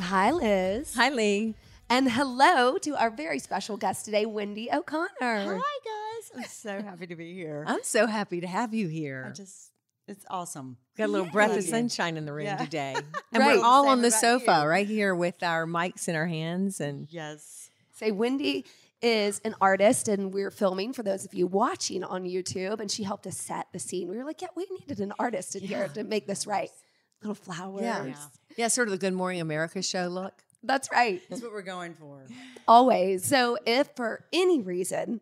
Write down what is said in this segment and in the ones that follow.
Hi, Liz. Hi, Lee. And hello to our very special guest today, Wendy O'Connor. Hi guys, I'm so happy to be here. I'm so happy to have you here. I just, it's awesome. Got a little breath of Yay. sunshine in the room Yeah. today. And Right. we're all Same on the about sofa you. right here with our mics in our hands. And Yes, Say, Wendy is an artist, and we're filming for those of you watching on YouTube, and she helped us set the scene. We were like, yeah, we needed an artist in here to make this right. Little flowers. yeah, yeah, sort of the Good Morning America show look. That's right. that's what we're going for. Always. So, if for any reason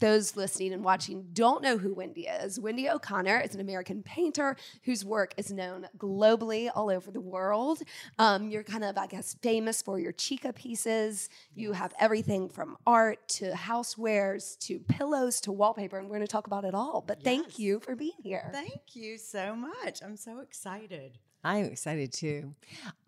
those listening and watching don't know who Wendy is, Wendy O'Connor is an American painter whose work is known globally all over the world. Um, you're kind of, I guess, famous for your chica pieces. You have everything from art to housewares to pillows to wallpaper, and we're going to talk about it all. But thank Yes. you for being here. Thank you so much. I'm so excited. I'm excited too.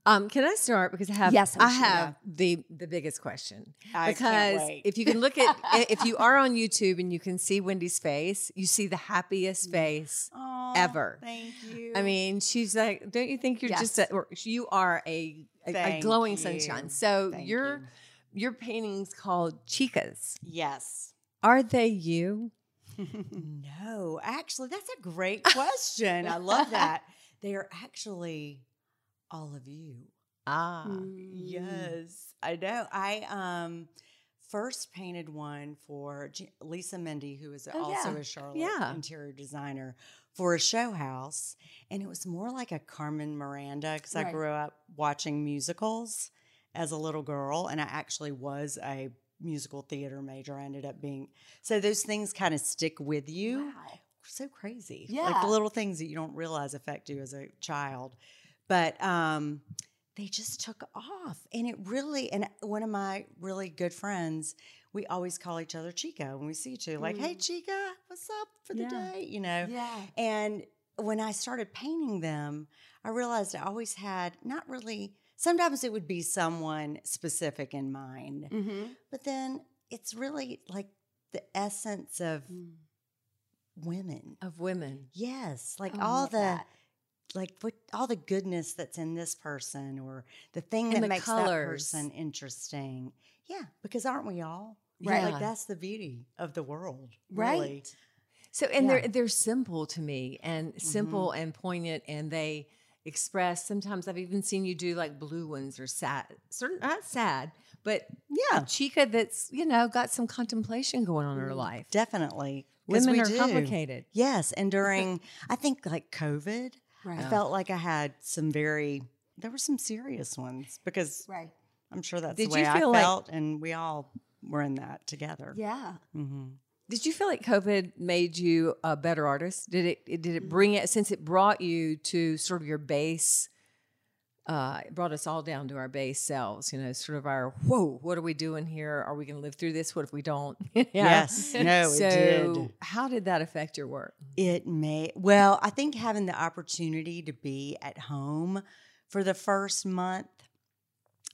Um, can I start because I have Yes, I'm I sure. have the the biggest question I because can't wait. if you can look at i- if you are on YouTube and you can see Wendy's face, you see the happiest face. Aw, Ever. Thank you. I mean, she's like, don't you think you're just a, Yes. or you are a a, a Thank glowing you. sunshine? So Thank your you. your paintings called chicas. yes. Are they you? No, actually, that's a great question. I love that. They are actually all of you. Ah, Mm. Yes, I know. I um first painted one for J- Lisa Mindy, who is Oh, also yeah. a Charlotte Yeah. interior designer, for a show house, and it was more like a Carmen Miranda because I Right. grew up watching musicals as a little girl, and I actually was a musical theater major. I ended up being so those things kind of stick with you Wow. so crazy. Like Yeah. the little things that you don't realize affect you as a child. But um, they just took off. And it really, and one of my really good friends, we always call each other Chica when we see each other, like, hey, Chica, what's up for the Yeah. day? You know? Mm. Yeah. And when I started painting them, I realized I always had not really, sometimes it would be someone specific in mind, Mm-hmm. but then it's really like the essence of Mm. women. of women. Yes, like Oh, I all love the that. like what all the goodness that's in this person or the thing And that the makes that colors. person interesting. Yeah, because aren't we all? Right. Like that's the beauty of the world. Right. Really. So and Yeah. Mm-hmm. they're they're simple to me and simple and poignant and they express sometimes I've even seen you do like blue ones or sad certain not sad, but Yeah. a chica that's, you know, got some contemplation going on in her life. Definitely. 'Cause Women we are do. complicated. Yes. And during I think like COVID, I Right. felt like I had some very there were some serious ones because Right. I'm sure that's Did the way you feel I like- felt and we all were in that together. Yeah. Mm-hmm. Did you feel like COVID made you a better artist? Did it, it did it bring it since it brought you to sort of your base? Uh, it brought us all down to our base selves, you know, sort of our whoa, what are we doing here? Are we going to live through this? What if we don't? Yeah. Yes. No, it so did. how did that affect your work? It may. Well, I think having the opportunity to be at home for the first month.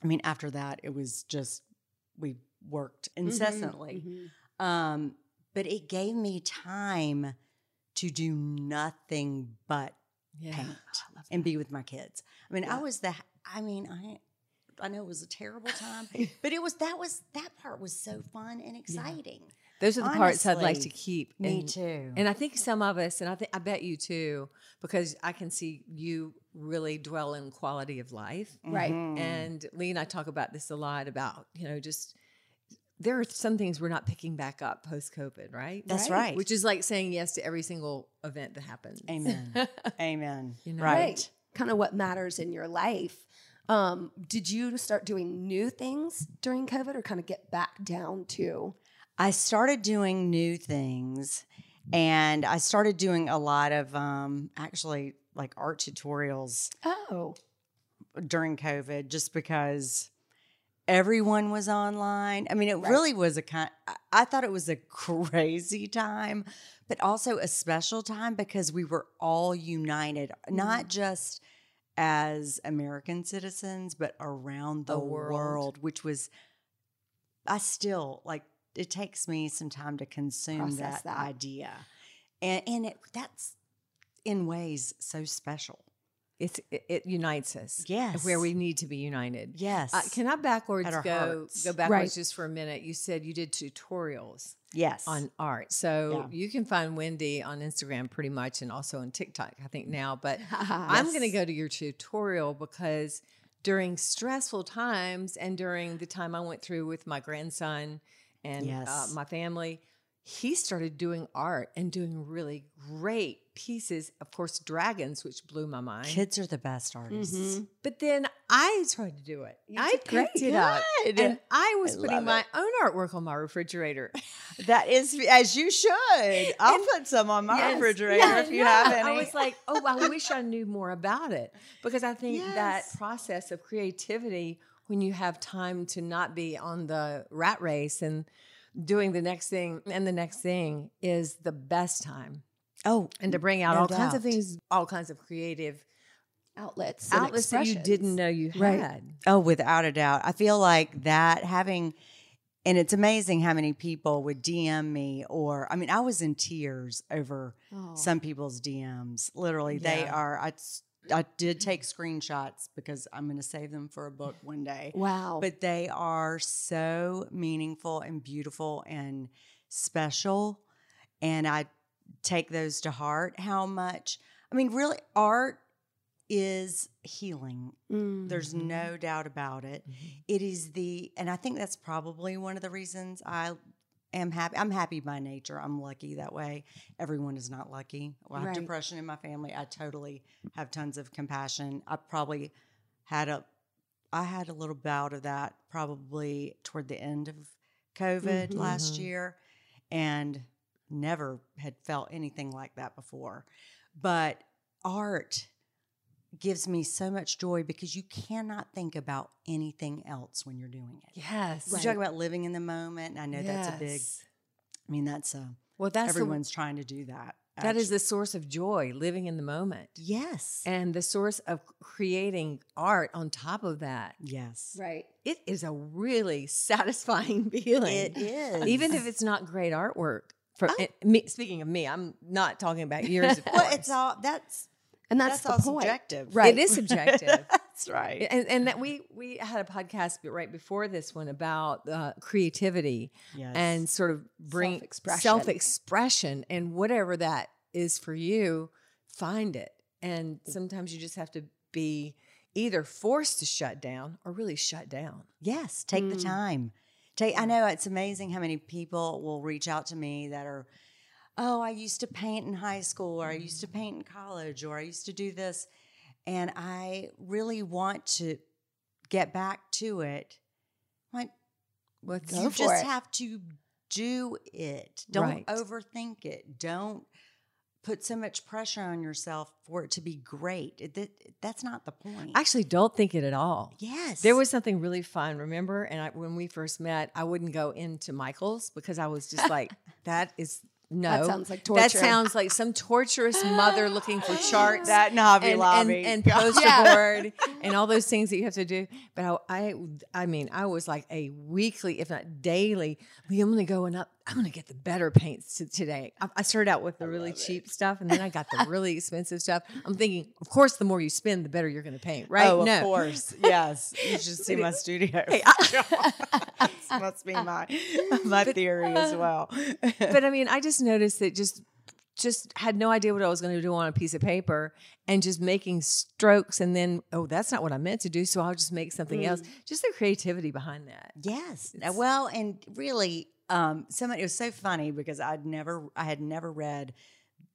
I mean, after that, it was just we worked Mm-hmm. incessantly. Um, but it gave me time to do nothing but Yeah. paint and be with my kids. I mean, I was the. I mean, I. I know it was a terrible time, but it was that was that part was so fun and exciting. Those are the parts I'd like to Honestly, keep. Me and- too. And I think some of us, and I think I bet you too, because I can see you really dwell in quality of life. Right. Mhm. And Lee and I talk about this a lot about, you know, just there are some things we're not picking back up post COVID, right? That's Right. right. Which is like saying yes to every single event that happens. Amen. Amen. You know? Right. Kind of what matters in your life. Um, did you start doing new things during COVID or kind of get back down to? I started doing new things and I started doing a lot of um, actually like art tutorials Oh, during COVID just because everyone was online. I mean, it Right. really was a kind I- I thought it was a crazy time, but also a special time because we were all united, not just as American citizens, but around the, The world. world. which was I still like it takes me some time to consume Process that, that. idea. And and it that's in ways so special. It's it, it unites us. Yes. Where we need to be united. Yes. Uh, can I backwards At go our hearts. go Right. backwards just for a minute? You said you did tutorials yes. on art, so Yeah. you can find Wendy on Instagram pretty much, and also on TikTok, I think now. But I'm going to Yes. go to your tutorial because during stressful times and during the time I went through with my grandson and uh, Yes. my family, he started doing art and doing really great pieces. Of course, dragons, which blew my mind. Kids are the best artists. Mhm. But then I tried to do it. You I did great. picked it up. Good. And I was I putting love my own artwork on my refrigerator. that is as you should. I'll And- put some on my Yes. refrigerator Yeah, if you no. have any. I was like, oh, I wish I knew more about it because I think Yes. that process of creativity when you have time to not be on the rat race and doing the next thing and the next thing is the best time oh, and to bring out No all kinds of doubt. things all kinds of creative outlets and outlets that you didn't expressions. know you had Right. oh, without a doubt. I feel like that having and it's amazing how many people would DM me or I mean, I was in tears over Oh. some people's DMs. Literally, they Yeah. are I s- I did take screenshots because I'm going to save them for a book one day. wow but they are so meaningful and beautiful and special. And I take those to heart. How much, I mean, really, art is healing. Mm. There's Mhm. no doubt about it. It is the, and I think that's probably one of the reasons I am happy. I'm happy by nature. I'm lucky that way. Everyone is not lucky. Well, I have Right. depression in my family. I totally have tons of compassion. I probably had a, I had a little bout of that probably toward the end of COVID Mhm. last Mhm. year, and never had felt anything like that before. But art gives me so much joy because you cannot think about anything else when you're doing it. Yes. You talk about living in the moment. And I know that's a big, Yes. I mean, that's a, Well, that's the everyone's trying to do that. That is actually. the source of joy, living in the moment, yes. and the source of creating art on top of that. yes. right It is a really satisfying feeling. It is. Even if it's not great artwork. For, Oh. it- me, speaking of me, I'm not talking about yours. Of well, course. it's all, that's, and that's, that's, the all point subjective. Right. It is subjective. that's right. And, and that we we had a podcast right before this one about uh, creativity Yes. and sort of bring Self-expression. self-expression and whatever that is for you find it and Mm. sometimes you just have to be either forced to shut down or really shut down Yes, take the Mm. time. Take I know it's amazing how many people will reach out to me that are oh, I used to paint in high school or I used Mm. to paint in college or I used to do this and I really want to get back to it. I'm Like what's Go you for just it. have to do it. Don't Right. overthink it. Don't put so much pressure on yourself for it to be great. It, that, that's not the point. actually don't think it at all yes. there was something really fun remember and I, when we first met i wouldn't go into michael's because i was just like that is no that sounds like torture That sounds like some torturous mother looking for charts that in Hobby and, and, Lobby. and poster Yeah. board and all those things that you have to do. But I, I, I mean, I was like a weekly, if not daily. "Lee, I'm going to go and up. I'm going to get the better paints to today. I, I started out with the really cheap stuff, and then I got the really expensive stuff. I'm thinking, of course, the more you spend, the better you're going to paint, right? Oh, no, of course. Yes. You should see my studio. This must be my my theory as well. but I mean, I just noticed that just just had no idea what I was going to do on a piece of paper and just making strokes and then oh that's not what I meant to do so I'll just make something else Mm. just the creativity behind that yes. uh, Well, and really, um, somebody it was so funny because I'd never I had never read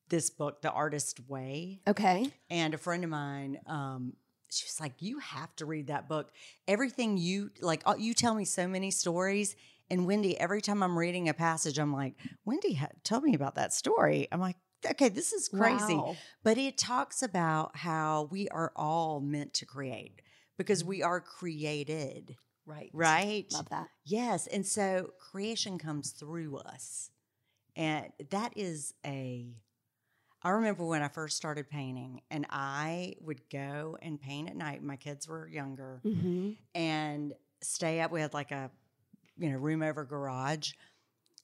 this book, The Artist Way. okay And a friend of mine, um, she was like, You have to read that book. Everything you like, all- you tell me so many stories. And Wendy, every time I'm reading a passage, I'm like, Wendy, ha- tell me about that story. I'm like, Okay, this is crazy. Wow. But it talks about how we are all meant to create, because we are created, Right. right? Love that. Yes. And so creation comes through us. And that is a, I remember when I first started painting and I would go and paint at night. My kids were younger Mm-hmm. and stay up. We had like a, you know, room over garage.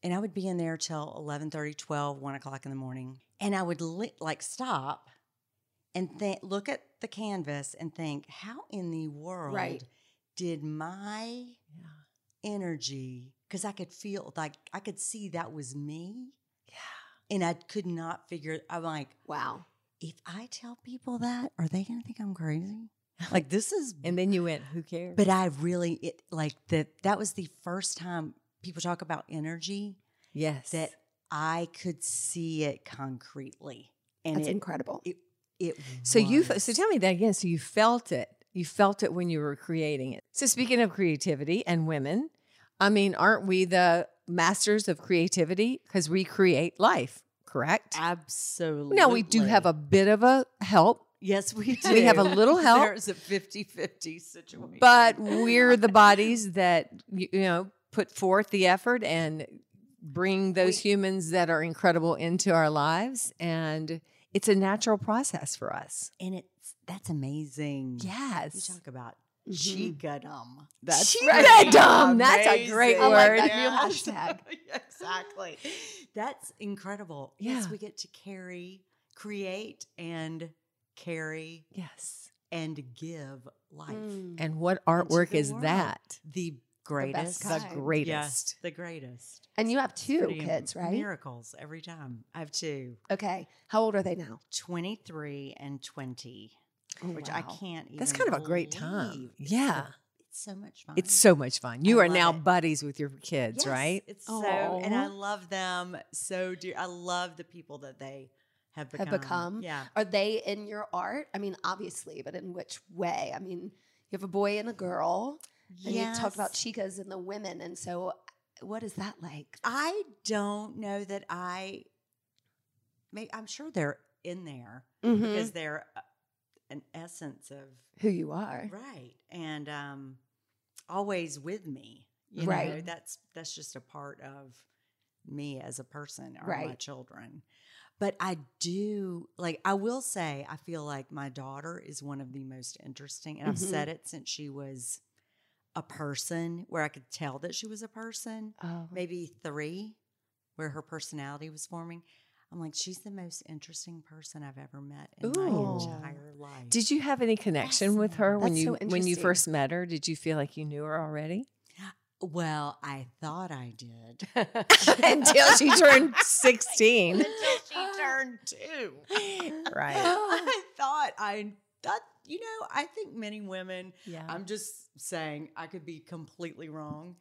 And I would be in there till 11 12, 1 o'clock in the morning. And I would li- like stop and th- look at the canvas and think, how in the world did my Yeah. energy because I could feel like I could see that was me. Yeah. And I could not figure I'm like, Wow. if I tell people that, are they gonna think I'm crazy? Like this is And then you went, who cares? but I really it like that that was the first time people talk about energy yes. that I could see it concretely. And That's it, incredible. it so you fe- was. so tell me that again. So you felt it. You felt it when you were creating it. So speaking of creativity and women, I mean, aren't we the masters of creativity because we create life, correct? absolutely Now we do have a bit of a help, yes we do we have a little help. There's a 50-50 situation. but we're the bodies that you you know put forth the effort and bring those humans that are incredible into our lives and it's a natural process for us. and it's that's amazing. Mm. You Yes. talk about Mhm. chigadum. Chigadum. Mm-hmm. That's a great I like word. that new hashtag. exactly. That's incredible. Yes, Yeah. we get to carry, create, and carry Yes. and give life. Mm. And what Into artwork the is world. that? The greatest. The kind. greatest. Yes, the greatest. And you have two Pretty kids, right? Miracles every time. I have two. Okay. How old are they now? 23 and 20, Oh, which I wow. can't even That's kind of a great time. believe. It's the- Yeah. It's so much fun. It's so much fun. You I are love now it. buddies with your kids, Yes, right? It's so, and I Aw. love them so dear. I love the people that they have become. become. Yeah. Are they in your art? I mean, obviously, but in which way? I mean, you have a boy and a girl, and you've talked about Yes. chicas and the women. And so, what is that like? I don't know that I. Maybe I'm sure they're in there Mm-hmm. because they're uh, an essence of Who you are. right and um, always with me. You Know, Right. that's that's just a part of me as a person or my Right. children. But I do like I will say I feel like my daughter is one of the most interesting and I've Mhm. said it since she was a person where I could tell that she was a person Oh, maybe three, where her personality was forming. I'm like, she's the most interesting person I've ever met in Ooh. my entire life. Did you have any connection with her when That's you so when you interesting. first met her? Did you feel like you knew her already? well, I thought I did Until she turned 16. Until she turned two. Right. I thought I thought you know. I think many women. Yeah. I'm just saying I could be completely wrong.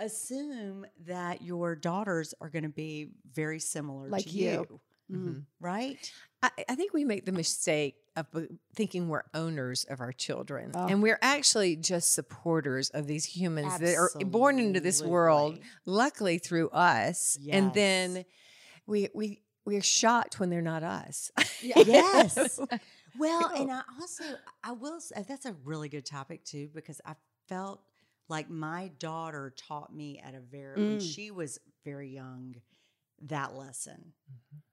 Assume that your daughters are going to be very similar Like to you. you, Mm-hmm. mm. Mm-hmm. right? I, I think we make the mistake of be- thinking we're owners of our children, Oh. and we're actually just supporters of these humans that are born into this world, Absolutely. luckily through us, and then Yes. we we we're shocked when they're not us. Yeah. Yes. Mm-hmm. Well, Cool. and I also I will say that's a really good topic too because I felt like my daughter taught me at a very when Mm. she was very young that lesson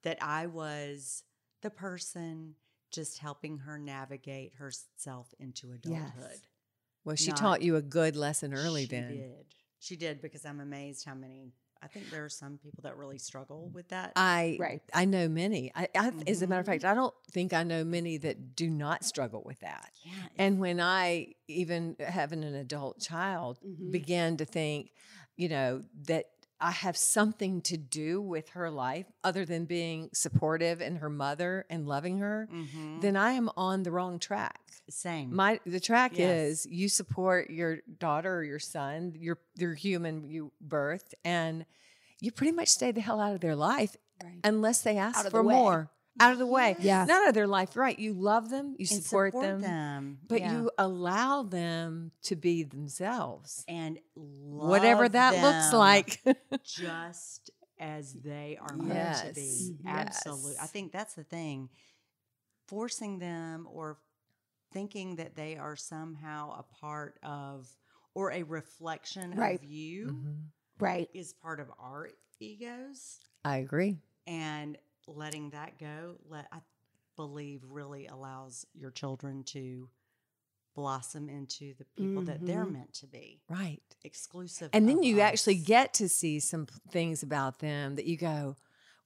that I was the person just helping her navigate herself into adulthood. well, she Not- taught you a good lesson early she then. did. She did because I'm amazed how many I think there are some people that really struggle with that. I Right. I know many. I, I as a matter of Mhm. fact, I don't think I know many that do not struggle with that. yeah, it's- And when I even having an adult child Mhm. began to think, you know, that I have something to do with her life other than being supportive and her mother and loving her, Mm-hmm. Mhm. then I am on the wrong track. same. My the track is Yes. you support your daughter or your son, your your human you birth, and you pretty much stay the hell out of their life Right. unless they ask Out of the for way. more. Out of the way. Yeah. Not out of their life, right? You love them, you And support, them, but yeah. you allow them to be themselves. and Whatever love that looks them like. just as they are meant to Mm-hmm. Yes. be. Mhm. Absolutely. I Yes. think that's the thing. Forcing them or thinking that they are somehow a part of or a reflection Right. of you Mhm. Right. is part of our egos I agree. and letting that go let i believe really allows your children to blossom into the people that they're Mhm. meant to be Right. exclusive And then of you actually us. get to see some p- things about them that you go,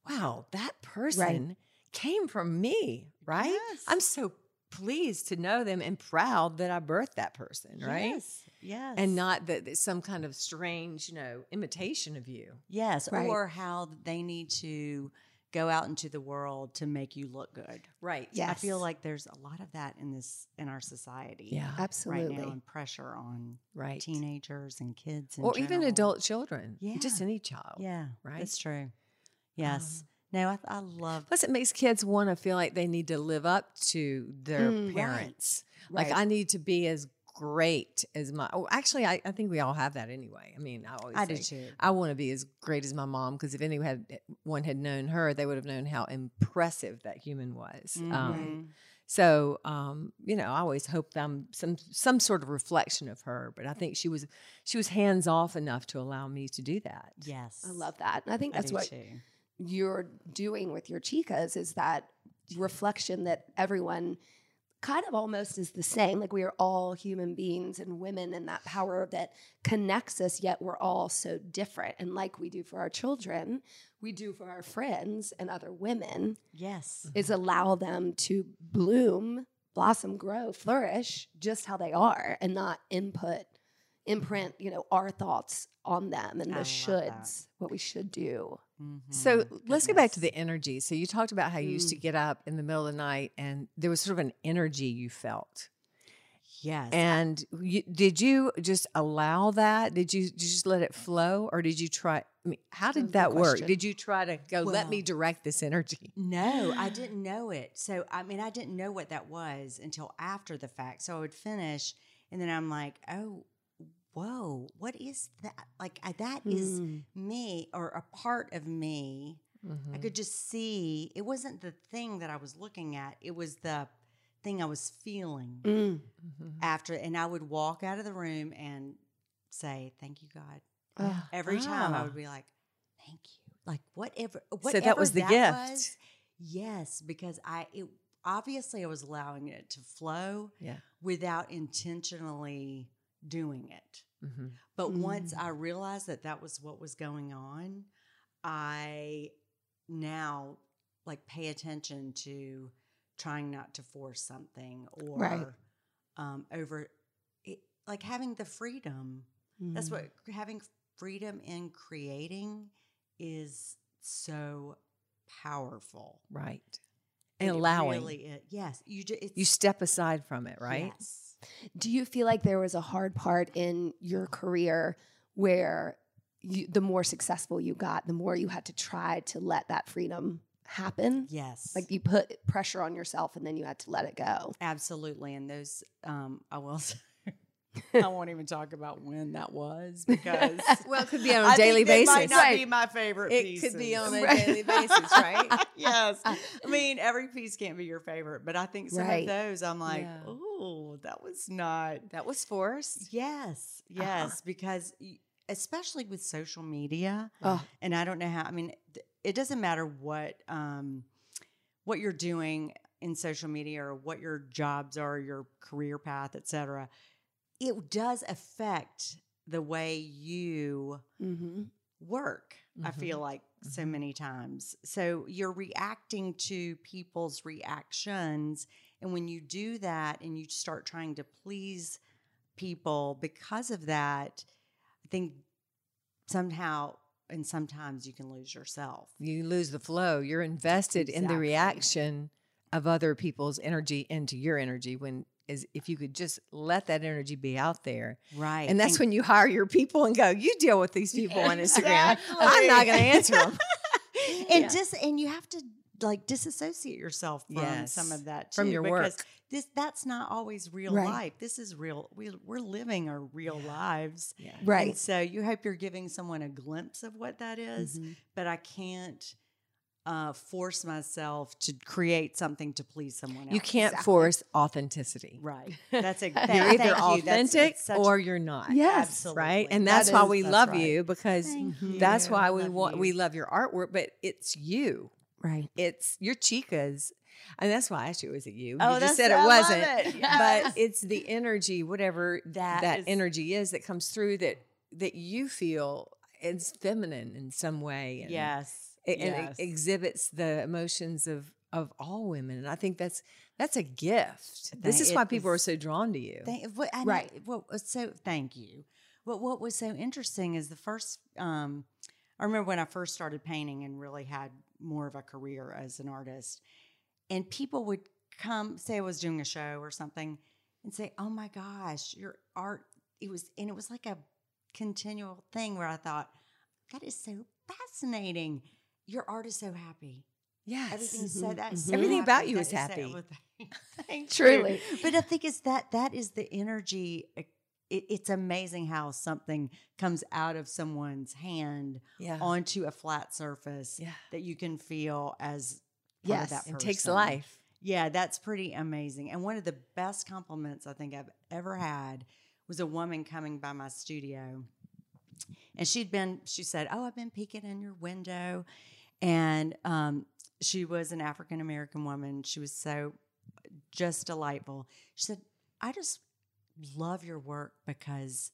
wow, that person came from me, right? Yes. I'm so pleased to know them and proud that I birthed that person, right? yes, yes And not that it's some kind of strange, you know, imitation of you. yes Right. or how they need to go out into the world to make you look good Right. Yeah. i feel Yes. like there's a lot of that in this in our society Yeah. right Absolutely. now and pressure on Right. teenagers and kids in or even general. adult children. Yeah. Just any child. yeah right? Um, that's true yes no i, I love Plus, it makes kids want to feel like they need to live up to their Mm. Right. parents. Right. Like, I need to be as great as my. Oh, actually, I, I think we all have that anyway. I mean, I always i do think, too I want to be as great as my mom because if anyone had, one had known her, they would have known how impressive that human was. Um, Mhm. so, um, you know, I always hoped I'm some some sort of reflection of her, but I think she was she was hands off enough to allow me to do that. yes I love that. And I think I that's do what too. you're doing with your chicas is that reflection that everyone kind of almost is the same. Like we are all human beings and women, and that power that connects us, yet we're all so different. And like we do for our children, we do for our friends and other women yes is allow them to bloom, blossom, grow, flourish just how they are and not input, imprint, you know, our thoughts on them and the I love that. shoulds, what we should do. So Mhm. let's go back to Goodness. Mm. the energy. So you talked about how you used to get up in the middle of the night, and there was sort of an energy you felt. yes And you, did you just allow that? Did you, did you just let it flow, or did you try? I mean, how That was did the that work? question. Did you try to go? let me Well- direct this energy. No, I didn't know it. So, I mean, I didn't know what that was until after the fact. So I would finish and then I'm like, oh, whoa, what is that? Like, I, that is Mm. Mm. me or a part of me. Mm, Mm. I could just see it wasn't the thing that I was looking at, it was the thing I was feeling Mm. Mm-hmm. after. And I would walk out of the room and say, thank you, God. Ah. Every time I Mm-hmm. Ah. would be like, thank you. Like, whatever, So whatever that was the that gift. was, Yes, because I it obviously I was allowing it to flow Yeah. without intentionally doing it. Mm-hmm. But once Mm. I realized that that was what was going on, I now like pay attention to trying not to force something or Right. um, over it, like having the freedom. That's Mm. what having freedom in creating is so powerful Right. And, allowing it really is. yes you just you step aside from it, right? yes. Mm. Do you feel like there was a hard part in your career where you, the more successful you got, the more you had to try to let that freedom happen? yes Like you put pressure on yourself and then you had to let it go. absolutely and those um i will say I won't even talk about when that was because Well, it could be on a a daily Might basis. not be Right. my favorite. It could be pieces. on a Right. daily basis, right? yes. I mean, every piece can't be your favorite, but I think some Right. of those I'm like, Yeah. oh, that was not that was forced. Yes, yes, because y- especially with social media, Oh. and I don't know how. I mean, th- it doesn't matter what um, what you're doing in social media or what your jobs are, your career path, etc. It does affect the way you Mm-hmm. work. I Mhm. feel like so Mhm. many times. So you're reacting to people's reactions. And when you do that and you start trying to please people because of that, I think somehow and sometimes you can lose yourself. you lose the flow. You're invested in the Exactly. reaction of other people's energy into your energy when is if you could just let that energy be out there. Right. And that's when you hire your people and go, you deal with these people on Instagram. I'm Exactly. not going to answer them and Yeah. dis and you have to like disassociate yourself from some Yes, of that from too, your because work. This that's not always real Right. life. This is real. We, we're living our real lives. Yeah. And Right. Mm-hmm. Mm-hmm. so you hope you're giving someone a glimpse of what that is, but I can't uh, force myself to create something to please someone else. You can't Exactly. force authenticity. Right. That's a that, You're thank either you. That's- authentic that's such- or you're not. Yes. Absolutely. Right. And That that's why is- we that's love right. you because Thank that's you. why we Love want you. we love your artwork, but it's you. Right. It's your chicas. And that's why I asked you, was it you? Oh, you that's- just said I it love wasn't. it. But it's the energy, whatever That that, is- energy is that comes through that that you feel is feminine in some way. and- yes. a- and it yes. exhibits the emotions of of all women and i think that's that's a gift this Thank- is why it people are is- so drawn to you Thank, what, I Right. right. What was so? Thank you. What What was so interesting is the first. Um, I remember when I first started painting and really had more of a career as an artist, and people would come say I was doing a show or something, and say, "Oh my gosh, your art!" It was, and it was like a continual thing where I thought, "That is so fascinating. Your art is so happy. yes Mm-hmm. Everything is so Mhm, that's mhm. Everything about you That is so- happy. Thank you Truly. but I think it's that that is the energy. eh, It, it's amazing how something comes out of someone's hand yeah onto a flat surface yeah that you can feel as part Yes. of that person. and takes life Yeah, that's pretty amazing. And one of the best compliments I think I've ever had was a woman coming by my studio. And she'd been, she said, Oh, I've been peeking in your window. And um, she was an African American woman. She was so just delightful. She said, I just love your work because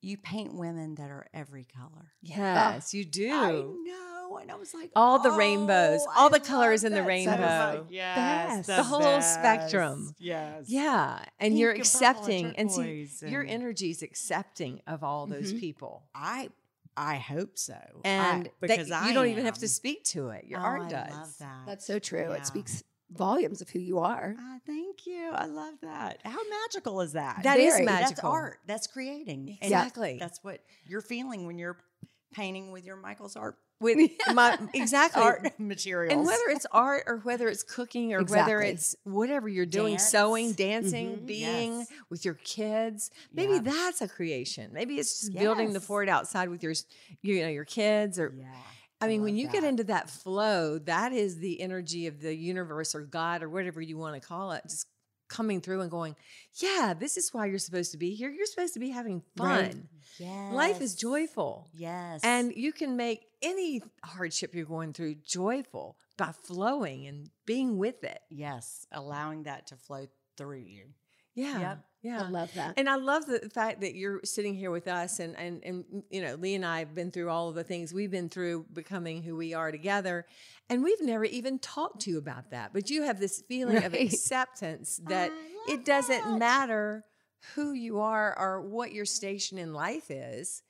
you paint women that are every color. yes you do I know. And I was like, All the rainbows, "Oh, all I the colors love in the that so much." rainbow. Yes, the whole spectrum. Yes. yeah and you're Pink purple accepting and see turquoise your and- energy is accepting of all those Mhm. people I I hope so. I- and that because you I don't even have am. to speak to it your Oh, art I does Love that. That's so true. Yeah. It speaks volumes of who you are. Ah, thank you. I love that. How magical is that? That is Very. magical That's art. That's creating. And exactly that's what you're feeling when you're painting with your Michael's art with my exactly art materials. and whether it's art or whether it's cooking or whether Exactly. it's whatever you're doing Dance. Mm-hmm, sewing dancing Mhm. being Yes. with your kids maybe Yeah. that's a creation maybe it's just building the Yes. fort outside with your s- you know your kids or yeah. i I mean when love you get that. into that flow that is the energy of the universe or god or whatever you want to call it just coming through and going yeah this is why you're supposed to be here you're supposed to be having Right. fun Yes. life is joyful Yes. and you can make any hardship you're going through joyful by flowing and being with it. yes, allowing that to flow through you. Yeah. Yep. Yeah. I love that. and I love the fact that you're sitting here with us and and and mm, you know, Lee and I have been through all of the things we've been through becoming who we are together. And we've never even talked to you about that. But you have this feeling of Right. Oh, acceptance that I love it doesn't that. matter who you are or what your station in life is.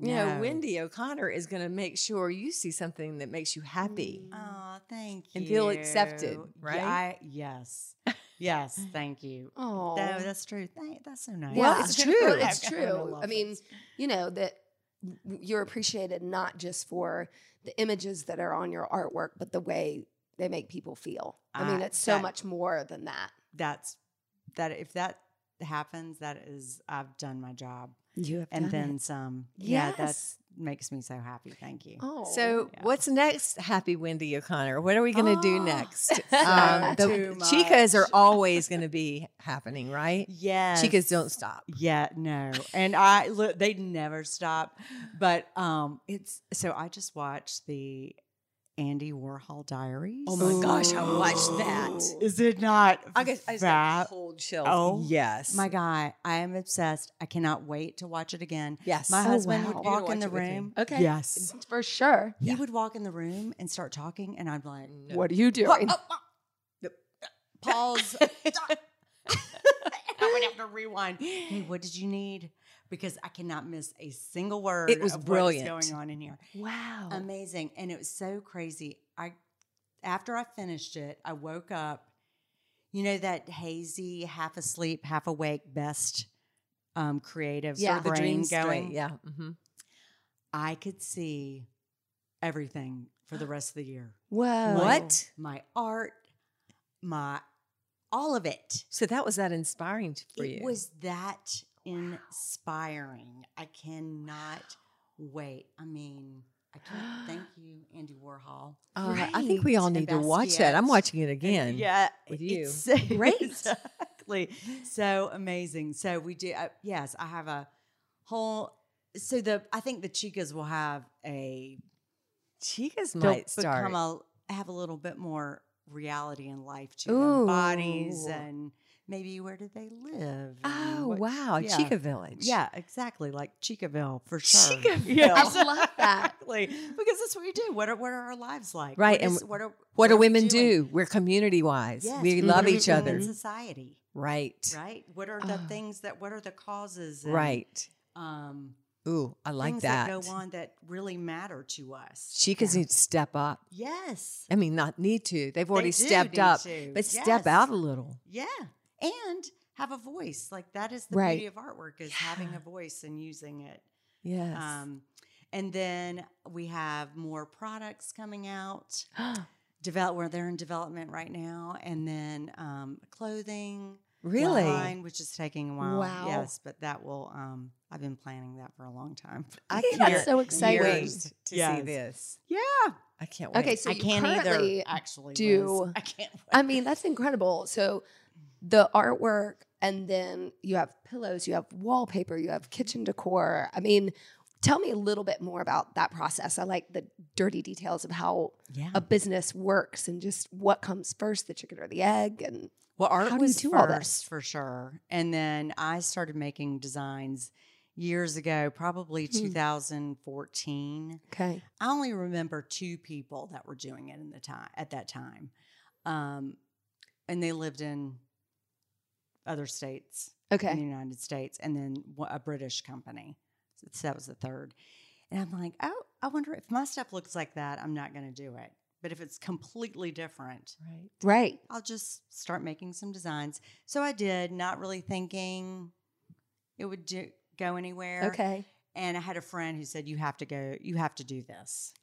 You know, No. Wendy O'Connor is going to make sure you see something that makes you happy. Oh, thank you. and feel accepted, Yeah, right? I- yes. Yes, thank you. Oh, No, that's true. Thank, that's so nice. Well, Yeah. it's true. Well, it's I'm gonna true. love I mean, this. you know that w- you're appreciated not just for the images that are on your artwork, but the way they make people feel. I mean, Ah, it's so that- much more than that. that's that. If that happens, that is, I've done my job, You have and then some. Yeah, Yes. that's makes me so happy. Thank you. oh, So, Yeah. what's next, Happy Wendy O'Connor? What are we going to do Oh. next? Um, the too chicas are much. always going to be happening, right? Yeah, Chicas don't stop. Yeah, no. And I look, they never stop. But um it's so I just watched the Andy Warhol Diaries. Oh my gosh, I watched that. Is it not? I guess I just got fab- cold chills. Oh. yes, my God, I am obsessed. I cannot wait to watch it again. yes. My Oh, husband wow. would You're gonna walk in watch the it with me. room. Okay. Yes. for sure. Yeah. He would walk in the room and start talking, and I'm like, No. What are you doing? uh, "What- oh, oh." Pause. I would have to rewind. Hey, what did you need? Because I cannot miss a single word. It was of what is brilliant. Oh. going on in here. wow. Amazing. And it was so crazy. I after I finished it, I woke up, you know, that hazy, half asleep, half awake, best um creative Yeah. sort of the brain dream going. going. Yeah. hmm I could see everything for the rest of the year. Whoa. Oh. What? My art, my all of it. So that was that inspiring t- for it you. was that inspiring. I cannot wait. I mean, I can't thank you, Andy Warhol. Uh, I think we Right. all And need to watch that. I'm Basquiat. watching it again. Yeah, with it's- Great. exactly. So amazing. So we do. Uh, yes, I have a whole. So the I think the chicas will have a Chicas they'll might start. become a have a little bit more reality in life to Ooh. their bodies and maybe where do they live? and oh what- wow, a yeah. Chica Village. Yeah, exactly. Like Chicaville for sure. Chicaville. I love that. Exactly. Because that's what we do. What are what are our lives like? Right, What and is- what are What do are we women doing? do? We're community wise. Yes, we what love are each doing other. in society, Right. right? What are the Ah. things that? What are the causes? and, Right. Um, Ooh, I like things that. that go on that really matter to us. Chicas need to step up. Yes. I mean, not need to. They've already do stepped need up, to. but step Yes. out a little. Yeah, and have a voice. Like that is the Right. beauty of artwork is having Yeah. a voice and using it. Yes. Um, and then we have more products coming out. Develop where they're in development right now, and then um, clothing. really? line, which is taking a while. Wow. Yes, but that will. Um, I've been planning that for a long time. I Yeah, can't that's so exciting. wait to see Yes. this. Yeah, I can't wait. Okay, so I you can't either. currently Actually, do- Liz. I can't. Wait. I mean, that's incredible. So the artwork, and then you have pillows, you have wallpaper, you have kitchen decor. I mean, tell me a little bit more about that process. I like the dirty details of how yeah. a business works and just what comes first, the chicken or the egg. And Well, art How do you was do all this? first for sure, and then I started making designs years ago, probably Hmm. 2014. okay, I only remember two people that were doing it in the time at that time, um, and they lived in other states. in the okay, United States, and then wha- a British company. So it's- that was the third. And I'm like, oh, I wonder if my stuff looks like that, I'm not going to do it. But if it's completely different, Right. right. I'll just start making some designs. So I did, not really thinking it would do, go anywhere. Okay. And I had a friend who said, you have to go, you have to do this.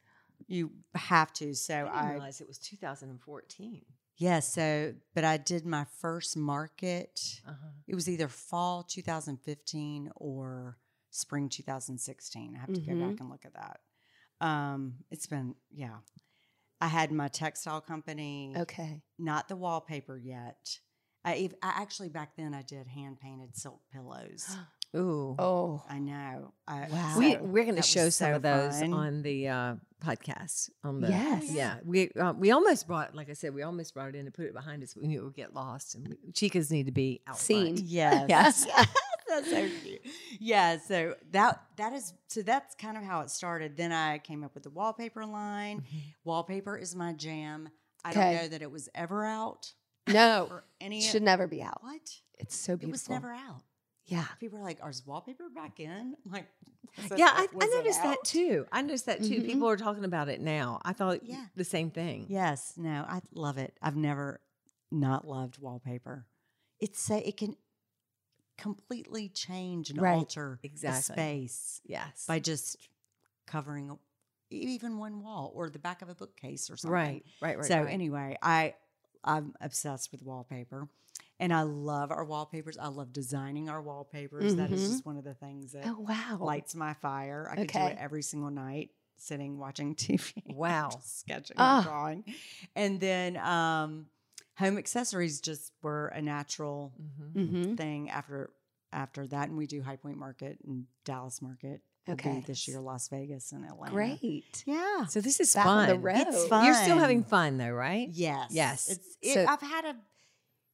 You have to. So I didn't I, realize it was 2014. yeah, so, but I did my first market Uh-huh. it was either fall 2015 or spring 2016. I have to Mm-hmm. go Mhm. back and look at that. Um, it's been, yeah. I had my textile company, Okay. not the wallpaper yet. I, ev- I actually back then I did hand painted silk pillows. Ooh. Oh, I know. I, Wow. we, so we're going to that show was some so of those fun. on the uh, podcast. On the Yes. yeah, we uh, we almost brought like I said, we almost brought it in and put it behind us. We knew it would get lost, and we, chicas need to be out front. Seen. Yes. Yes. that's so cute. Yeah. So that that is so that's kind of how it started. Then I came up with the wallpaper line. Mhm. Wallpaper is my jam. I Mm-hmm. Okay. don't know that it was ever out no, or any it should never be out. what? It's so beautiful. It was never out. Yeah. People are like, "Is wallpaper back in?" I'm like, was it- Yeah, I, I was it noticed that out? too. I noticed that too. Mhm. People are talking about it now. I thought Yeah. the same thing. Yes. No, I love it. I've never not loved wallpaper. It's so it can completely change and Right. alter Exactly. a space Yes. by just covering a- even one wall or the back of a bookcase or something. right. Right. Right. so right. anyway, I I'm obsessed with wallpaper. And I love our wallpapers. I love designing our wallpapers. That is Mm-hmm. Mhm. just one of the things that Oh wow. lights my fire. I could do Okay. it every single night, sitting watching TV. Wow. just sketching Ah. and drawing, and then um, home accessories just were a natural Mhm. Mm-hmm. thing after after that. And we do High Point Market and Dallas Market. We'll do Okay. this year Las Vegas and Atlanta. Great. Yeah. So this is Back fun. on the road. It's fun. You're still having fun though, right? Yes. Yes. It's, it, So- I've had a,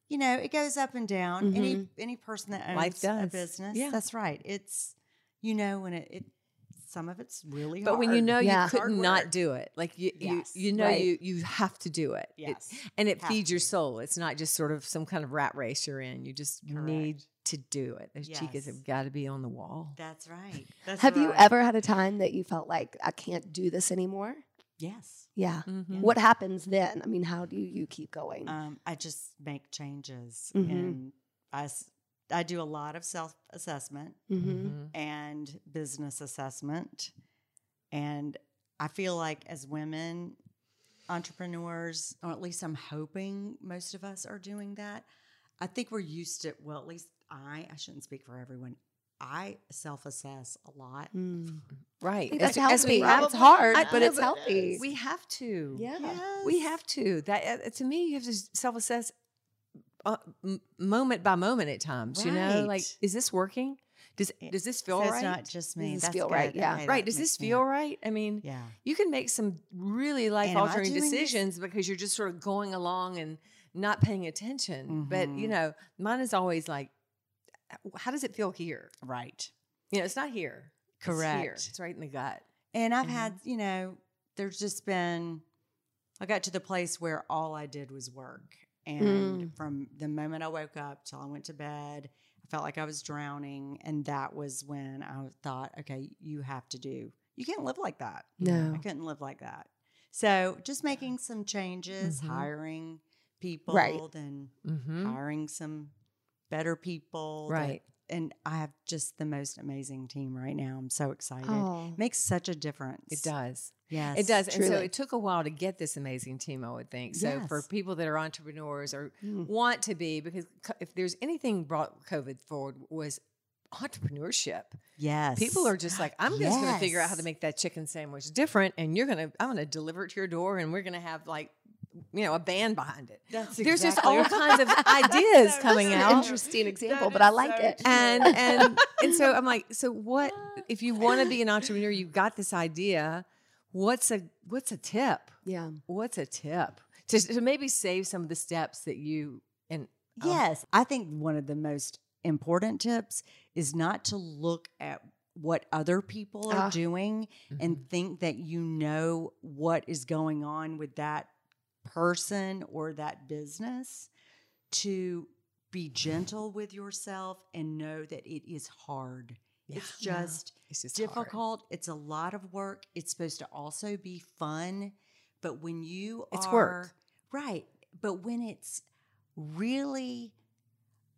you know, it goes up and down. Any any person that owns Mm-hmm. Life a does. business, Yeah. that's right. It's, you know, when it, it some of it's really But hard. when you know Yeah. you could Hard not work. do it, like you, Yes. you, you know Right. you you have to do it. It- yes, and it Have feeds your to. soul. It's not just sort of some kind of rat race you're in. You just need Correct. to do it. Those chicas Yes. have got to be on the wall. that's right. That's Have you right. ever had a time that you felt like I can't do this anymore? Yes. Yeah. Mhm. What happens then? I mean, how do you keep going? Um, I just make changes, Mm-hmm. Mhm. and I s- I do a lot of self assessment hmm Mm-hmm. Mhm. and business assessment, and I feel like as women entrepreneurs, or at least I'm hoping most of us are doing that. I think we're used to well, at least I I shouldn't speak for everyone. I self assess a lot. Mm-hmm. Right. think that's As- as healthy. we- That's probably- hard, I- but no, it's healthy. We have to. yeah. We Yes. have to. That uh, to me, you have to self-assess uh, m- moment by moment at times. You know, like Right. is this working? Does It does this feel So right? it's not just me. Does this That's feel good. right? Yeah. Okay, right. that Does makes this me feel happy. right? I mean, Yeah. you can make some really am I life-altering doing this? decisions because you're just sort of going along and not paying attention. But you Mhm. know, mine is always like, how does it feel here? Right. You know, it's not here. It's here. It's, Correct. right in the gut. And I've Mhm. had, you know, there's just been, I got to the place where all I did was work. And Mm. from the moment I woke up till I went to bed, I felt like I was drowning. And that was when I thought, okay, you have to do, you can't live like that. You know, No. I couldn't live like that. So just making some changes, Mhm. hiring people, then Mm-hmm. hiring some better people. that- Right. and I have just the most amazing team right now. I'm so excited Oh. makes such a difference. It does. Yes. It does. And so truly. it took a while to get this amazing team, I would think. So for Yes. people that are entrepreneurs or Mm. want to be, because co- if there's anything brought COVID forward was entrepreneurship. Yes. People are just like, I'm just going to figure out how to Yes. make that chicken sandwich different, and you're going to, I'm going to deliver it to your door, and we're going to have like, you know, a band behind it. That's There's just exactly all right. kinds of ideas So coming That's true. out. an interesting example, That but I is like so it. true. and and and so I'm like, so what Mm. if you want to be an entrepreneur? You've got this idea. What's a what's a tip? yeah. What's a tip to, to maybe save some of the steps that you and um, Yes. I think one of the most important tips is not to look at what other people are Ah. doing Mm-hmm. and think that you know what is going on with that person or that business to be gentle with yourself and know that it is hard. Yeah. It's just it's just hard. difficult. It's a lot of work. It's supposed to also be fun, but when you It's are work. right, but when it's really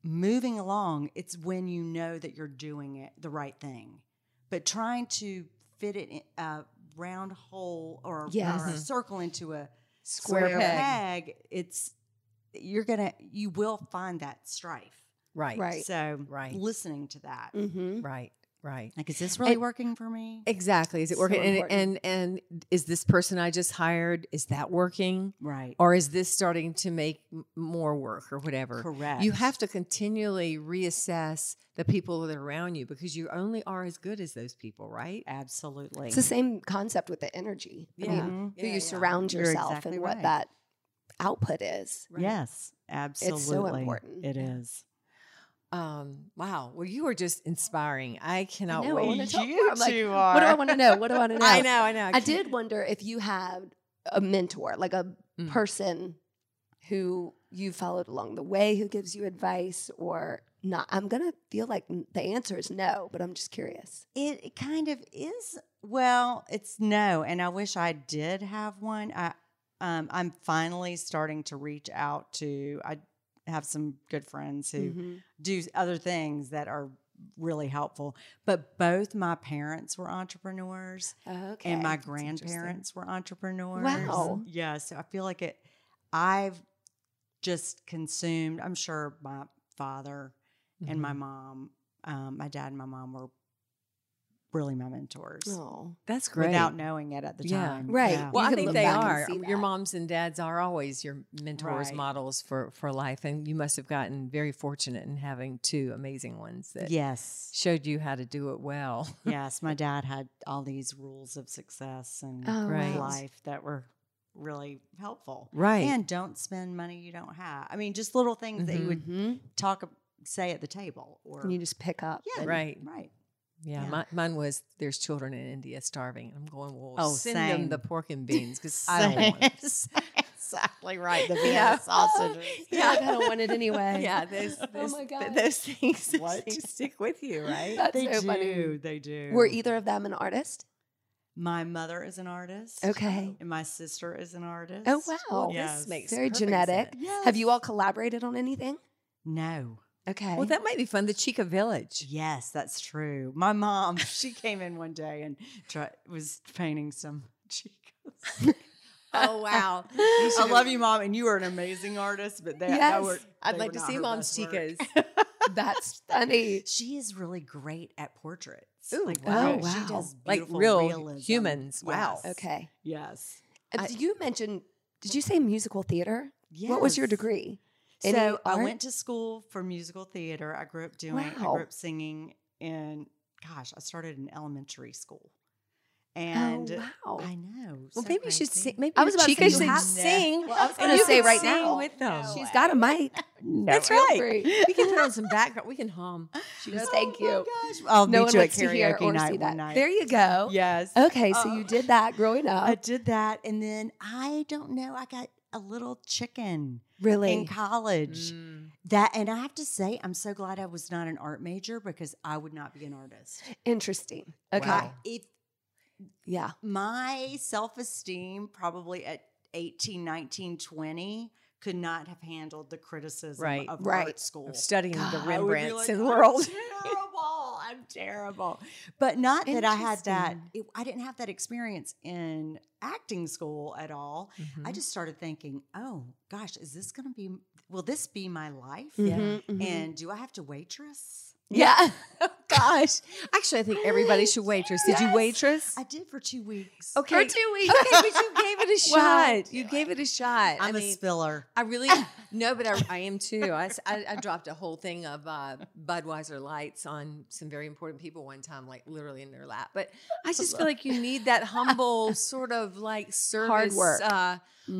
moving along, it's when you know that you're doing it the right thing. But trying to fit it in a round hole or, or a Yes. circle into a Square square peg. peg, it's you're gonna you will find that strife. Right. Right. So Right. listening to that. Mm-hmm. Right. Right. Like, is this really And- working for me? Exactly. Is it So working? and, important. and and is this person I just hired? Is that working, Right. or is this starting to make m- more work, or whatever? Correct. You have to continually reassess the people that are around you because you only are as good as those people, right? absolutely. It's the same concept with the energy. I mean, Mhm. who Yeah, yeah. you surround You're yourself exactly and what right. that output is. Right. Yes, absolutely. important. It Yeah. is. Um, wow. Well, you are just inspiring. I cannot know, I wait. wanna talk You more. I'm like, two What do I are. want to know? What do I want to know? I know. I know. I did wonder if you had a mentor, like a Mm. person who you followed along the way who gives you advice or not. I'm going to feel like n- the answer is no, but I'm just curious. It it kind of is. Well, it's no, and I wish I did have one. I, um, I'm finally starting to reach out to. I have some good friends who Mm-hmm. do other things that are really helpful. But both my parents were entrepreneurs. Okay. Oh, and my interesting. grandparents were entrepreneurs. Wow. Yeah, so I feel like it. I've just consumed. I'm sure my father and my mom, um, my dad and my mom were really my mentors oh, That's great. without knowing it at the Yeah. time. Right. Yeah. Mm-hmm. well, You I can think look they back and are. see Your that. moms and dads are always your mentors, Right. models for for life, and you must have gotten very fortunate in having two amazing ones that yes. showed you how to do it well. yes. My dad had all these rules of success and Oh, Right. wow. life that were really helpful. Right. And don't spend money you don't have. I mean, just little things that you would Mhm. talk say at the table or You just pick up. Yeah. and- right. right. Yeah, Yeah. mi- mine was there's children in India starving. I'm going, well, Oh, send them the same. pork and beans because I don't want it. exactly right. The Vienna Yeah. sausages. Yeah, I kind of want it anyway. Yeah, those, Oh those- my th- God. those things, those What? things stick with you, right? That's they so do. funny. They do. Were either of them an artist? my mother is an artist. Okay. And my sister is an artist. Oh, wow. Yeah. This Yes. makes Very perfect genetic. sense. Yes. Have you all collaborated on anything? No. Okay. Well, that might be fun. The Chica Village. Yes, that's true. My mom, she came in one day and try, was painting some chicas. Oh wow! I love you, mom, and you are an amazing artist. But that, that Yes. were, I'd they like were to not see her mom's best work. chicas. That's funny. She is really great at portraits. Ooh, like, wow. wow. Wow. She does Like beautiful real realism. humans. Wow. Yes. Okay. Yes. Uh, I- did you mention, did you say musical theater? What was your Yes. degree? So Any I art? went to school for musical theater. I grew up doing. I Wow. grew up singing, and gosh, I started in elementary school. And oh, wow. I know. Well, so maybe you should crazy. sing. Maybe I was about to Chica say, should you have- sing. Well, I was and gonna you say can right sing now, with them. She's got a mic. That's Feel right. free. We can throw on some background. We can hum. She does. Oh Thank you. Oh gosh. I'll no meet one you at wants to hear karaoke or night see one that. night. There you go. yes. Okay, so Oh. you did that growing I up. did that, and then I don't know. I got a little chicken in Really? college. That, and I have to say, I'm so glad I was not an art major because I would not be an artist. Interesting. Okay. I- if Yeah. my self-esteem probably at 18 19 20 could not have handled the criticism Right. of Right. art school Of studying God, I the would be I would be Rembrandts like, in the "I'm world. terrible i'm terrible but not that i had that it, i didn't have that experience in acting school at all Mm-hmm. i just started thinking oh gosh is this going to be will this be my life Yeah. Mm-hmm. Mhm, mhm. and do i have to waitress yeah. Oh, Gosh. Actually, I think everybody should waitress. Did you Yes. waitress? i did for two weeks For two weeks. Okay, but you gave it a shot. Wow. You gave it a shot. i'm I a spiller I really no, but I, I am too. I, s- I- I dropped a whole thing of uh, Budweiser lights on some very important people one time, like literally in their lap. But I just feel like you need that humble sort of like service, work. Uh,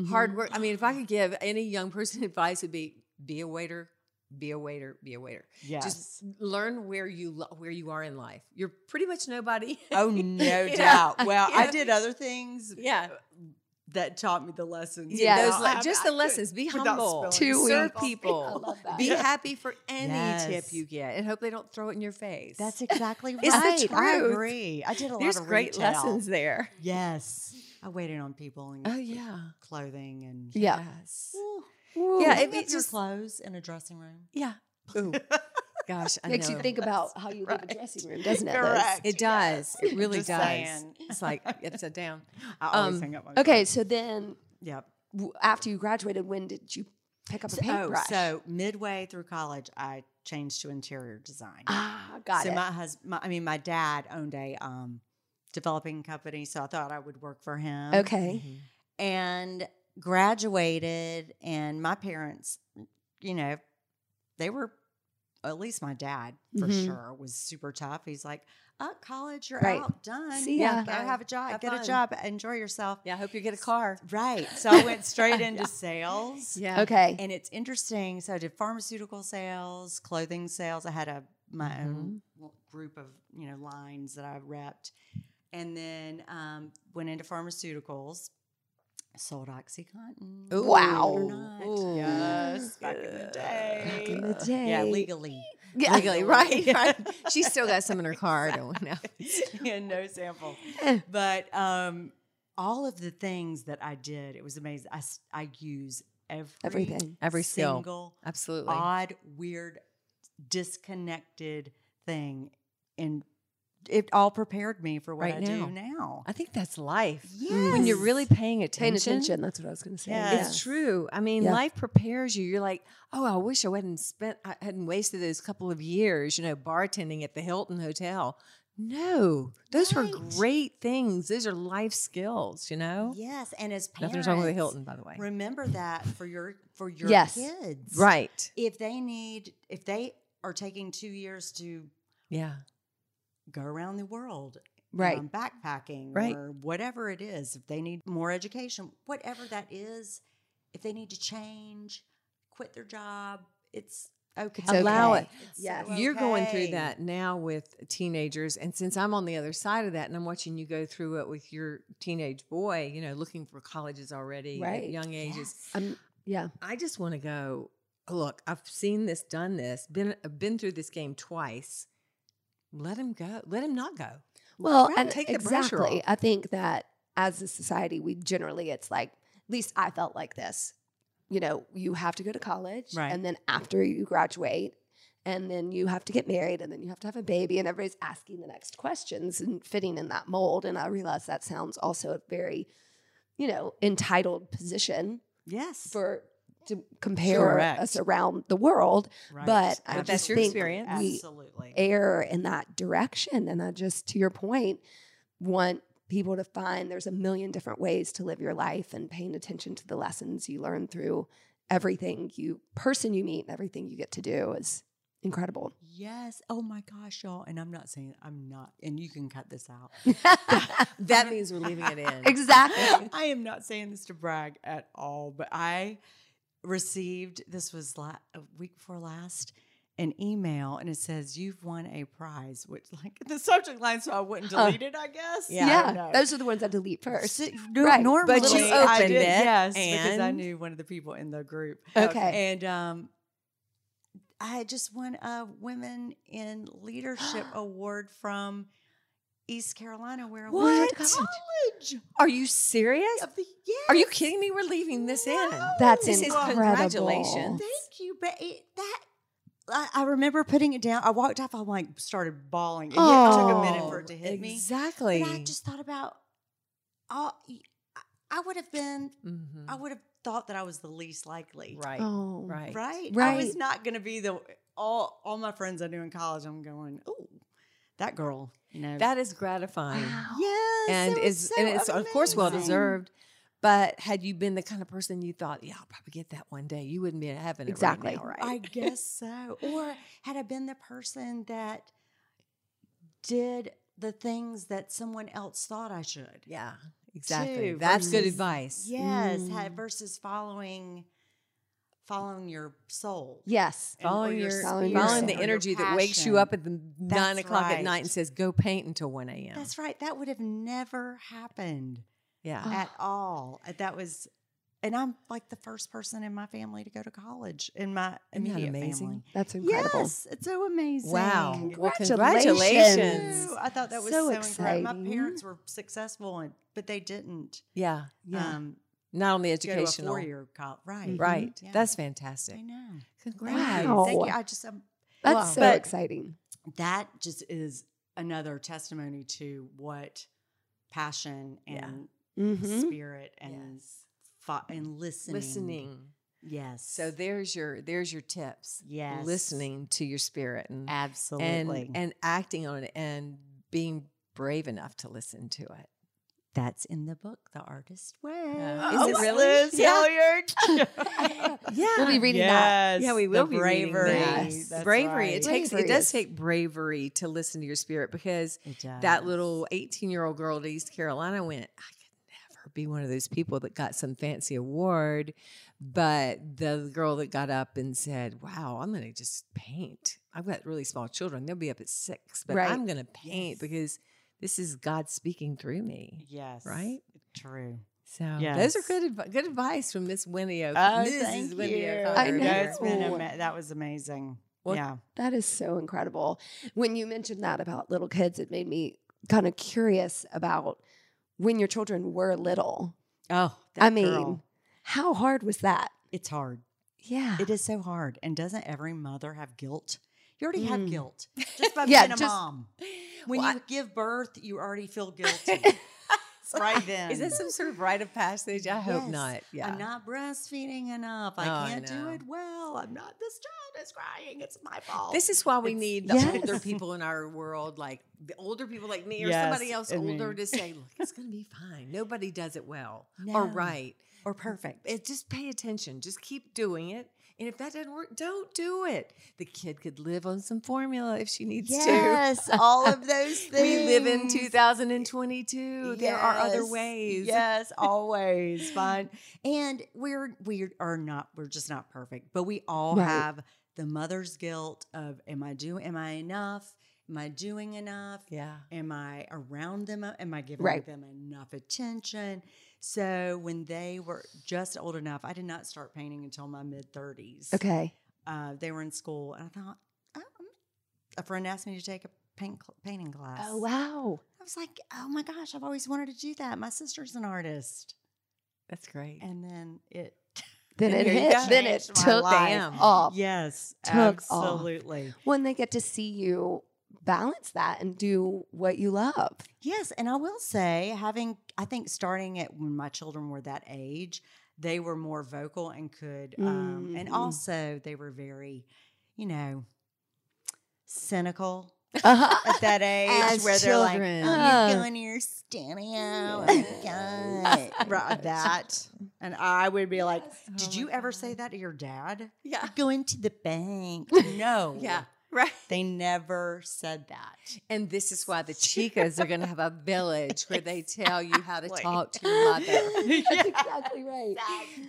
hard Mhm. work. I mean, if I could give any young person advice, it'd be be a waiter, be a waiter, be a waiter. yes Just learn where you lo- where you are in life. You're pretty much nobody. Oh, no Yeah. doubt. Well, I Yeah. did other things yeah, that taught me the lessons. Yeah. those Well, le- I- just I the lessons. Be without humble. spilling Two serve weeks. people. I love that. Be Yeah. happy for any Yes. tip you get, and hope they don't throw it in your face. could- That's exactly right. It's the I truth. agree. I did a there's lot of great retail. lessons there. Yes. I waited on people and Oh yeah, clothing and Yeah. Yes. Ooh, Yeah, hang it- up it your just- clothes in a dressing room. yeah. Ooh. Gosh, I Makes know. you think about how you leave a Right. dressing room, doesn't it? Liz? Correct. It does. It really Just does. saying. It's like upside down. I always Um, hang up my Okay, so then Yep. w- after you graduated, when did you pick up a So, oh, paintbrush? so midway through college, I changed to interior design. ah, got so it. my husband, I mean, my dad owned a um, developing company, so I thought I would work for him. okay. Mm-hmm. Mhm. and graduated and my parents you know they were at least my dad for Mm-hmm. Mhm. sure was super tough he's like oh, college you're Right. out done See ya. go have a job Have get fun." a job enjoy yourself Yeah, I hope you get a car. right so i went straight into sales Yeah. Okay. and it's interesting so i did pharmaceutical sales clothing sales i had a my own Mm-hmm. l- group of you know lines that i repped and then um, went into pharmaceuticals sold oxycontin Ooh. Wow. believe it or not. Ooh. yes back in the day Back in the day. yeah legally Yeah. Legally, right? right. She's still got some in her car. Don't know. yeah no sample Eh. but um all of the things that i did it was amazing i, s- I use every Everything. Every skill. single Absolutely. odd, weird, disconnected thing. And it all prepared me for what Right I now. do now. I think that's life. Yes. When you're really paying Paying attention, attention. That's what I was going to say. Yes. it's true. I mean, Yeah. life prepares you. You're like, oh, I wish I hadn't spent, I hadn't wasted those couple of years, you know, bartending at the Hilton Hotel. No, those Right. were great things. Those are life skills, you know. Yes, and as parents, Nothing's wrong with the Hilton, by the way. remember that for your for your Yes. kids, Right? If they need, if they are taking two years to Yeah. go around the world, Right. um, backpacking, Right. or whatever it is, if they need more education, whatever that is, if they need to change, quit their job, it's okay. Allow okay. it. It's Yes. so You're going through okay. that now with teenagers. And since I'm on the other side of that and I'm watching you go through it with your teenage boy, you know, looking for colleges already Right. at young ages, Yes. Um, yeah. I just want to go. Look, I've seen this, done this, been I've been through this game twice. Let him go. Let him not go. Well, Right. and Take the pressure exactly. off. I think that as a society, we generally, it's like, at least I felt like this. You know, you have to go to college, Right. and then after you graduate, and then you have to get married, and then you have to have a baby, and everybody's asking the next questions and fitting in that mold. And I realize that sounds also a very, you know, entitled position Yes. for to compare Correct. us around the world, Right. but I But that's just your think experience. we Absolutely. err in that direction. And I just, to your point, want people to find there's a million different ways to live your life and paying attention to the lessons you learn through everything you person you meet and everything you get to do is incredible. yes. Oh my gosh, y'all. And I'm not saying I'm not, and you can cut this out. That means we're leaving it in. exactly. I am not saying this to brag at all, but I received this was la- a week before last an email, and it says you've won a prize, which like the subject line, so I wouldn't Huh. delete it. I guess. Yeah, I yeah. don't know. Those are the ones I delete first. So, no, Right. Normally, But you I opened did, it, yes, because I and- knew one of the people in the group. Okay. And um, I just won a Women in Leadership Award from East Carolina, where I went What? to college. Are you serious? Of the- yes. Are you kidding me? We're leaving this in. No. That's This is incredible. congratulations. Thank you, but it, that I, I remember putting it down. I walked off. I like started bawling. It hit- took a minute for it to hit Exactly. me. But I just thought about, oh, I- I would have been. Mhm. I would have thought that I was the least likely. Right. Oh. Right. Right. I Right. was not going to be the all. All my friends I knew in college. I'm going. Oh, that girl. You know. That is gratifying. Wow. yes. And it was is so and it's of course well amazing. deserved. But had you been the kind of person you thought, yeah, I'll probably get that one day, you wouldn't be having it Exactly. right now, right? I guess so. Or had I been the person that did the things that someone else thought I should. yeah, exactly. Two That's good versus- advice. Yes. Mm. had- versus following following your soul. Yes. and- or Following your, Following spirit following yourself. the or your energy that wakes you passion. up at the nine That's o'clock at right. night and says, "Go paint until one a.m." That's right. That would have never happened yeah. Oh. at all. Uh, That was and I'm like the first person in my family to go to college in my Isn't that immediate amazing? family. That's incredible. Yes, it's so amazing. Wow. Well, Congratulations. congratulations. Ooh, I thought that So was so, incredible. exciting. My parents were successful, and, but they didn't. Yeah. Yeah. Um, Not only go to a educational. four-year college, right? Mhm. Right. Yeah. That's I fantastic. know. Congrats. Thank Wow. you. Thank you. I just um, That's Wow. so But- exciting. that just is another testimony to what passion Yeah. and Mhm. spirit and fo- and listening. Listening. Yes. So there's your there's your tips. yes. Listening to your spirit and Absolutely. and, and acting on it and being brave enough to listen to it. that's in the book, The Artist Way. Oh, is it really? yeah. Yeah. We'll be reading that. yes. yeah, we the will be reading bravery. that. Yes. That's bravery. right. It takes Bravery it does is- take bravery to listen to your spirit because It does. that little 18 year old girl to East Carolina went, I could never be one of those people that got some fancy award. But the girl that got up and said, Wow, I'm going to just paint. I've got really small children. They'll be up at six, but Right. I'm going to paint Yes. because this is God speaking through me. Yes. Right? True. So those are Yes. Oh, good advi- good advice from Miss Winnie O. Mrs. Winnie I O'Connor know. here. That's been know. ama- that was amazing. Well, yeah. That is so incredible. When you mentioned that about little kids, it made me kind of curious about when your children were little. Oh, I mean, how hard was that? it's hard. Yeah. It is so hard. And doesn't every mother have guilt? You already have Mm. guilt just by Yeah, being a just- mom. When Well, you give birth, you already feel guilty right then. Is that some sort of rite of passage? I hope Yes. not. Yeah. I'm not breastfeeding enough. Oh, I I can't do know. it well. I'm not. This child is crying. It's my fault. This is why we It's- need the older Yes. people in our world, like the older people like me or Yes, somebody else and older, me. to say, look, it's going to be fine. Nobody does it well No. or right. or perfect. It, just pay attention. Just keep doing it. And if that doesn't work, don't do it. The kid could live on some formula if she needs yes, all of those to. things. We live in 2022. There are other Yes. ways. Yes, always fun. And we're we are not we're just not perfect, but we all Right. have the mother's guilt of am I doing am I enough? Am I doing enough? Yeah. Am I around them? e, Am I giving Right. them enough attention? So when they were just old enough, I did not start painting until my mid 30s. okay. Uh, they were in school, and I thought, um, a friend asked me to take a paint cl- painting class. Oh, wow. I was like, oh my gosh, I've always wanted to do that. My sister's an artist. That's great. And then it, Then And it here you hit. go. Then it Changed my took life. Damn. off. yes, Took off. When they get to see you balance that and do what you love. Yes. And I will say, having, I think starting at when my children were that age, they were more vocal and could, um, and Mhm. also they were very, you know, cynical Uh-huh. at that age As where children. they're like, Uh. oh, you go into your studio, and my God. Right, that, and I would be like, did you ever say that to your dad? Yeah. Go into the bank. No. Yeah. Right. They never said that. And this is why the chicas are going to have a village where they tell you how to Exactly. talk to your mother. That's exactly right.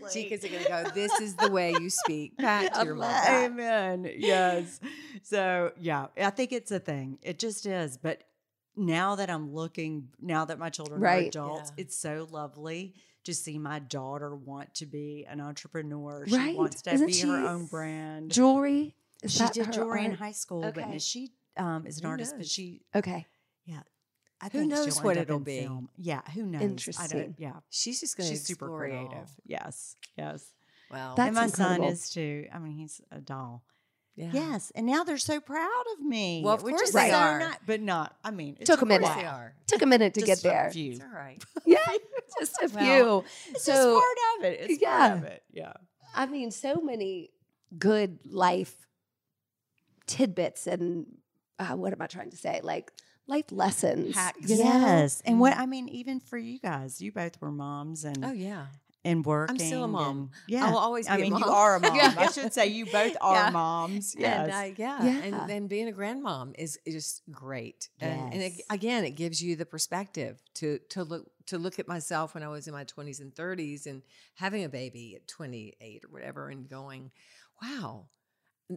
Chicas are going to go, this is the way you speak back to your mother. Amen. Yes. So, yeah, I think it's a thing. It just is. But now that I'm looking, now that my children Right. are adults, Yeah. it's so lovely to see my daughter want to be an entrepreneur. She Right. wants to Isn't be her she- own brand. Jewelry. Is she that did her jewelry in art? high school, but Okay. now she um, is an Who artist, but knows? she, Okay. I Who think she'll knows end what up it'll in be? film. Yeah, who knows? I Interesting. don't, yeah. She's just going to She's super creative. Yes, yes. Wow. That's and my incredible. son is too. I mean, he's a doll. yeah. Yes, and now they're so proud of me. Well, of which course is they so are. ni- but not. I mean, it Took a took minute. Yes, while. they are. Took a minute to Just get there. A few. It's all right. Yeah, just a Well, few. It's just So part of it. It's part of it. Yeah. I mean, so many good life tidbits and uh, what am I trying to say? Like life lessons. you know? Yes, and what I mean, even for you guys, you both were moms and Oh, yeah. and working. still a mom. and- yeah, I will always be I a mean, you mom. are a mom. Yeah. I should say you both are Yeah. moms. Yes. And uh, yeah. Yeah. And then being a grandmom is is just great. And, and it, Yes. again, it gives you the perspective to to look to look at myself when I was in my 20s and 30s and having a baby at 28 or whatever and going, wow.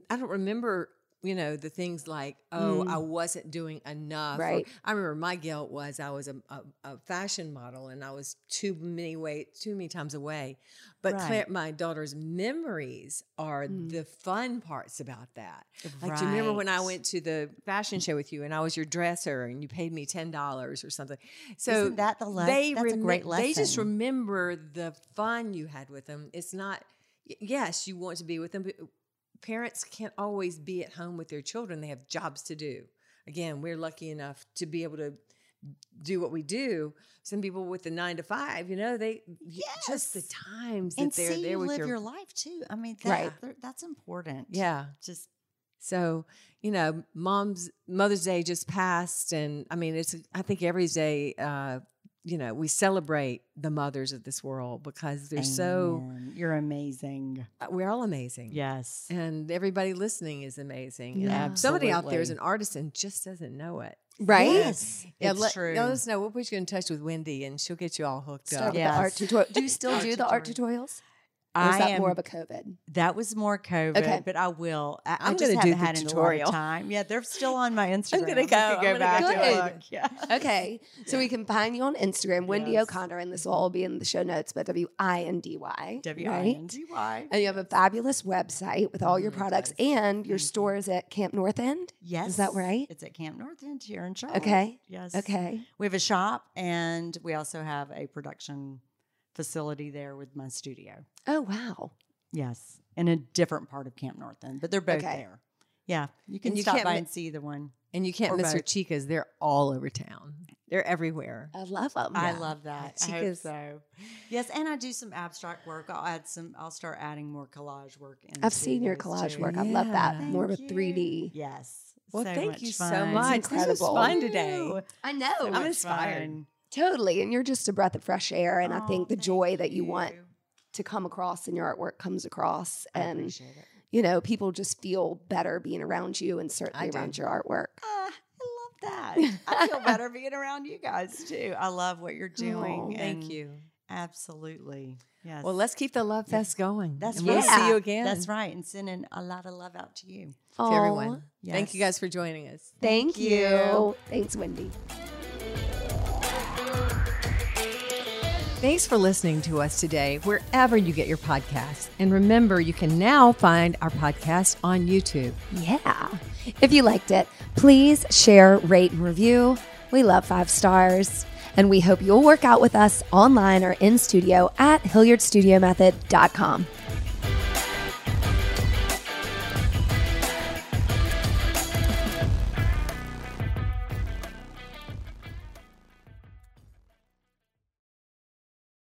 I don't remember, you know, the things like, oh, Mm. I wasn't doing enough. or Right. I remember my guilt was I was a, a, a fashion model and I was too many way too many times away. But Right. Claire, my daughter's memories are Mm. the fun parts about that. Like, do you remember when I Right. went to the fashion show with you and I was your dresser and you paid me ten dollars or something? So Isn't that the le- they that's a great remem- lesson. They just remember the fun you had with them. It's not. y- Yes, you want to be with them, but parents can't always be at home with their children. They have jobs to do. Again, we're lucky enough to be able to do what we do. Some people with the nine to five, you know, they y- just the Yes. times that and they're see there you with live your, your, life too. I mean, Right. that, there- that's important. yeah. just So, you know, mom's Mother's Day just passed, and I mean, it's I think every day, uh, you know, we celebrate the mothers of this world because they're so Amen. you're amazing. uh, we're all amazing, Yes, and everybody listening is amazing. And Yeah. somebody out there is an Absolutely. artist and just doesn't know it. Right? Yes, Yeah, it's let, true. let us know. We'll put you in touch with Wendy, and she'll get you all hooked Start up. with Yes. the art tutorial. Do you still Art do the art tutorials? Or is I that am. more of a COVID? that was more COVID, Okay. but I will. I, I I'm just gonna do haven't the had any tutorial. time. Yeah, they're still on my Instagram. gonna go. I could I'm go gonna go back and Good. look. Yeah. Okay. So we can find you on Instagram, Wendy Yes. O'Connor, and this will all be in the show notes, but W I N D Y. W I N G Y. Oh And you have a fabulous website with all your Mm, products yes. and your Thank you. store is at Camp North End. Yes, right? It's at Camp North End here in Charlotte. Okay. Oh. Yes. Okay. We have a shop, and we also have a production facility there with my studio. Oh, wow. Yes, in a different part of Camp North End, but they're both Okay. there. Yeah, you can you stop can't by mi- and see the one. And you can't Or miss her both. chicas. They're all over town. They're everywhere. I love them. I Yeah. love that. I hope Chica's- so. Yes, and I do some abstract work. I'll add some. I'll start adding more collage work. Into I've seen your those collage too. work. I love that. Yeah. More of a Thank you. 3D. Yes. Well, so thank much you so fun. much. It's This was incredible. fun today. Ooh, I know. so I'm much inspired. fun. Totally. And you're just a breath of fresh air. And I Oh, think the thank joy that you want you. to come across in your artwork comes across. I And, appreciate it. you know, people just feel better being around you and certainly do. around your artwork. Ah, I love that. I feel better being around you guys too. I love what you're doing. Oh, and Thank you. Absolutely. Yes. Well, let's keep the love fest going. That's and we'll see right. you again. That's right. And sending a lot of love out to you. To Aw, everyone. Thank you Yes. guys for joining us. Thank, Thank you. you. Thanks, Wendy. Thanks for listening to us today, wherever you get your podcasts. And remember, you can now find our podcast on YouTube. Yeah. If you liked it, please share, rate, and review. We love five stars. And we hope you'll work out with us online or in studio at HilliardStudioMethod.com.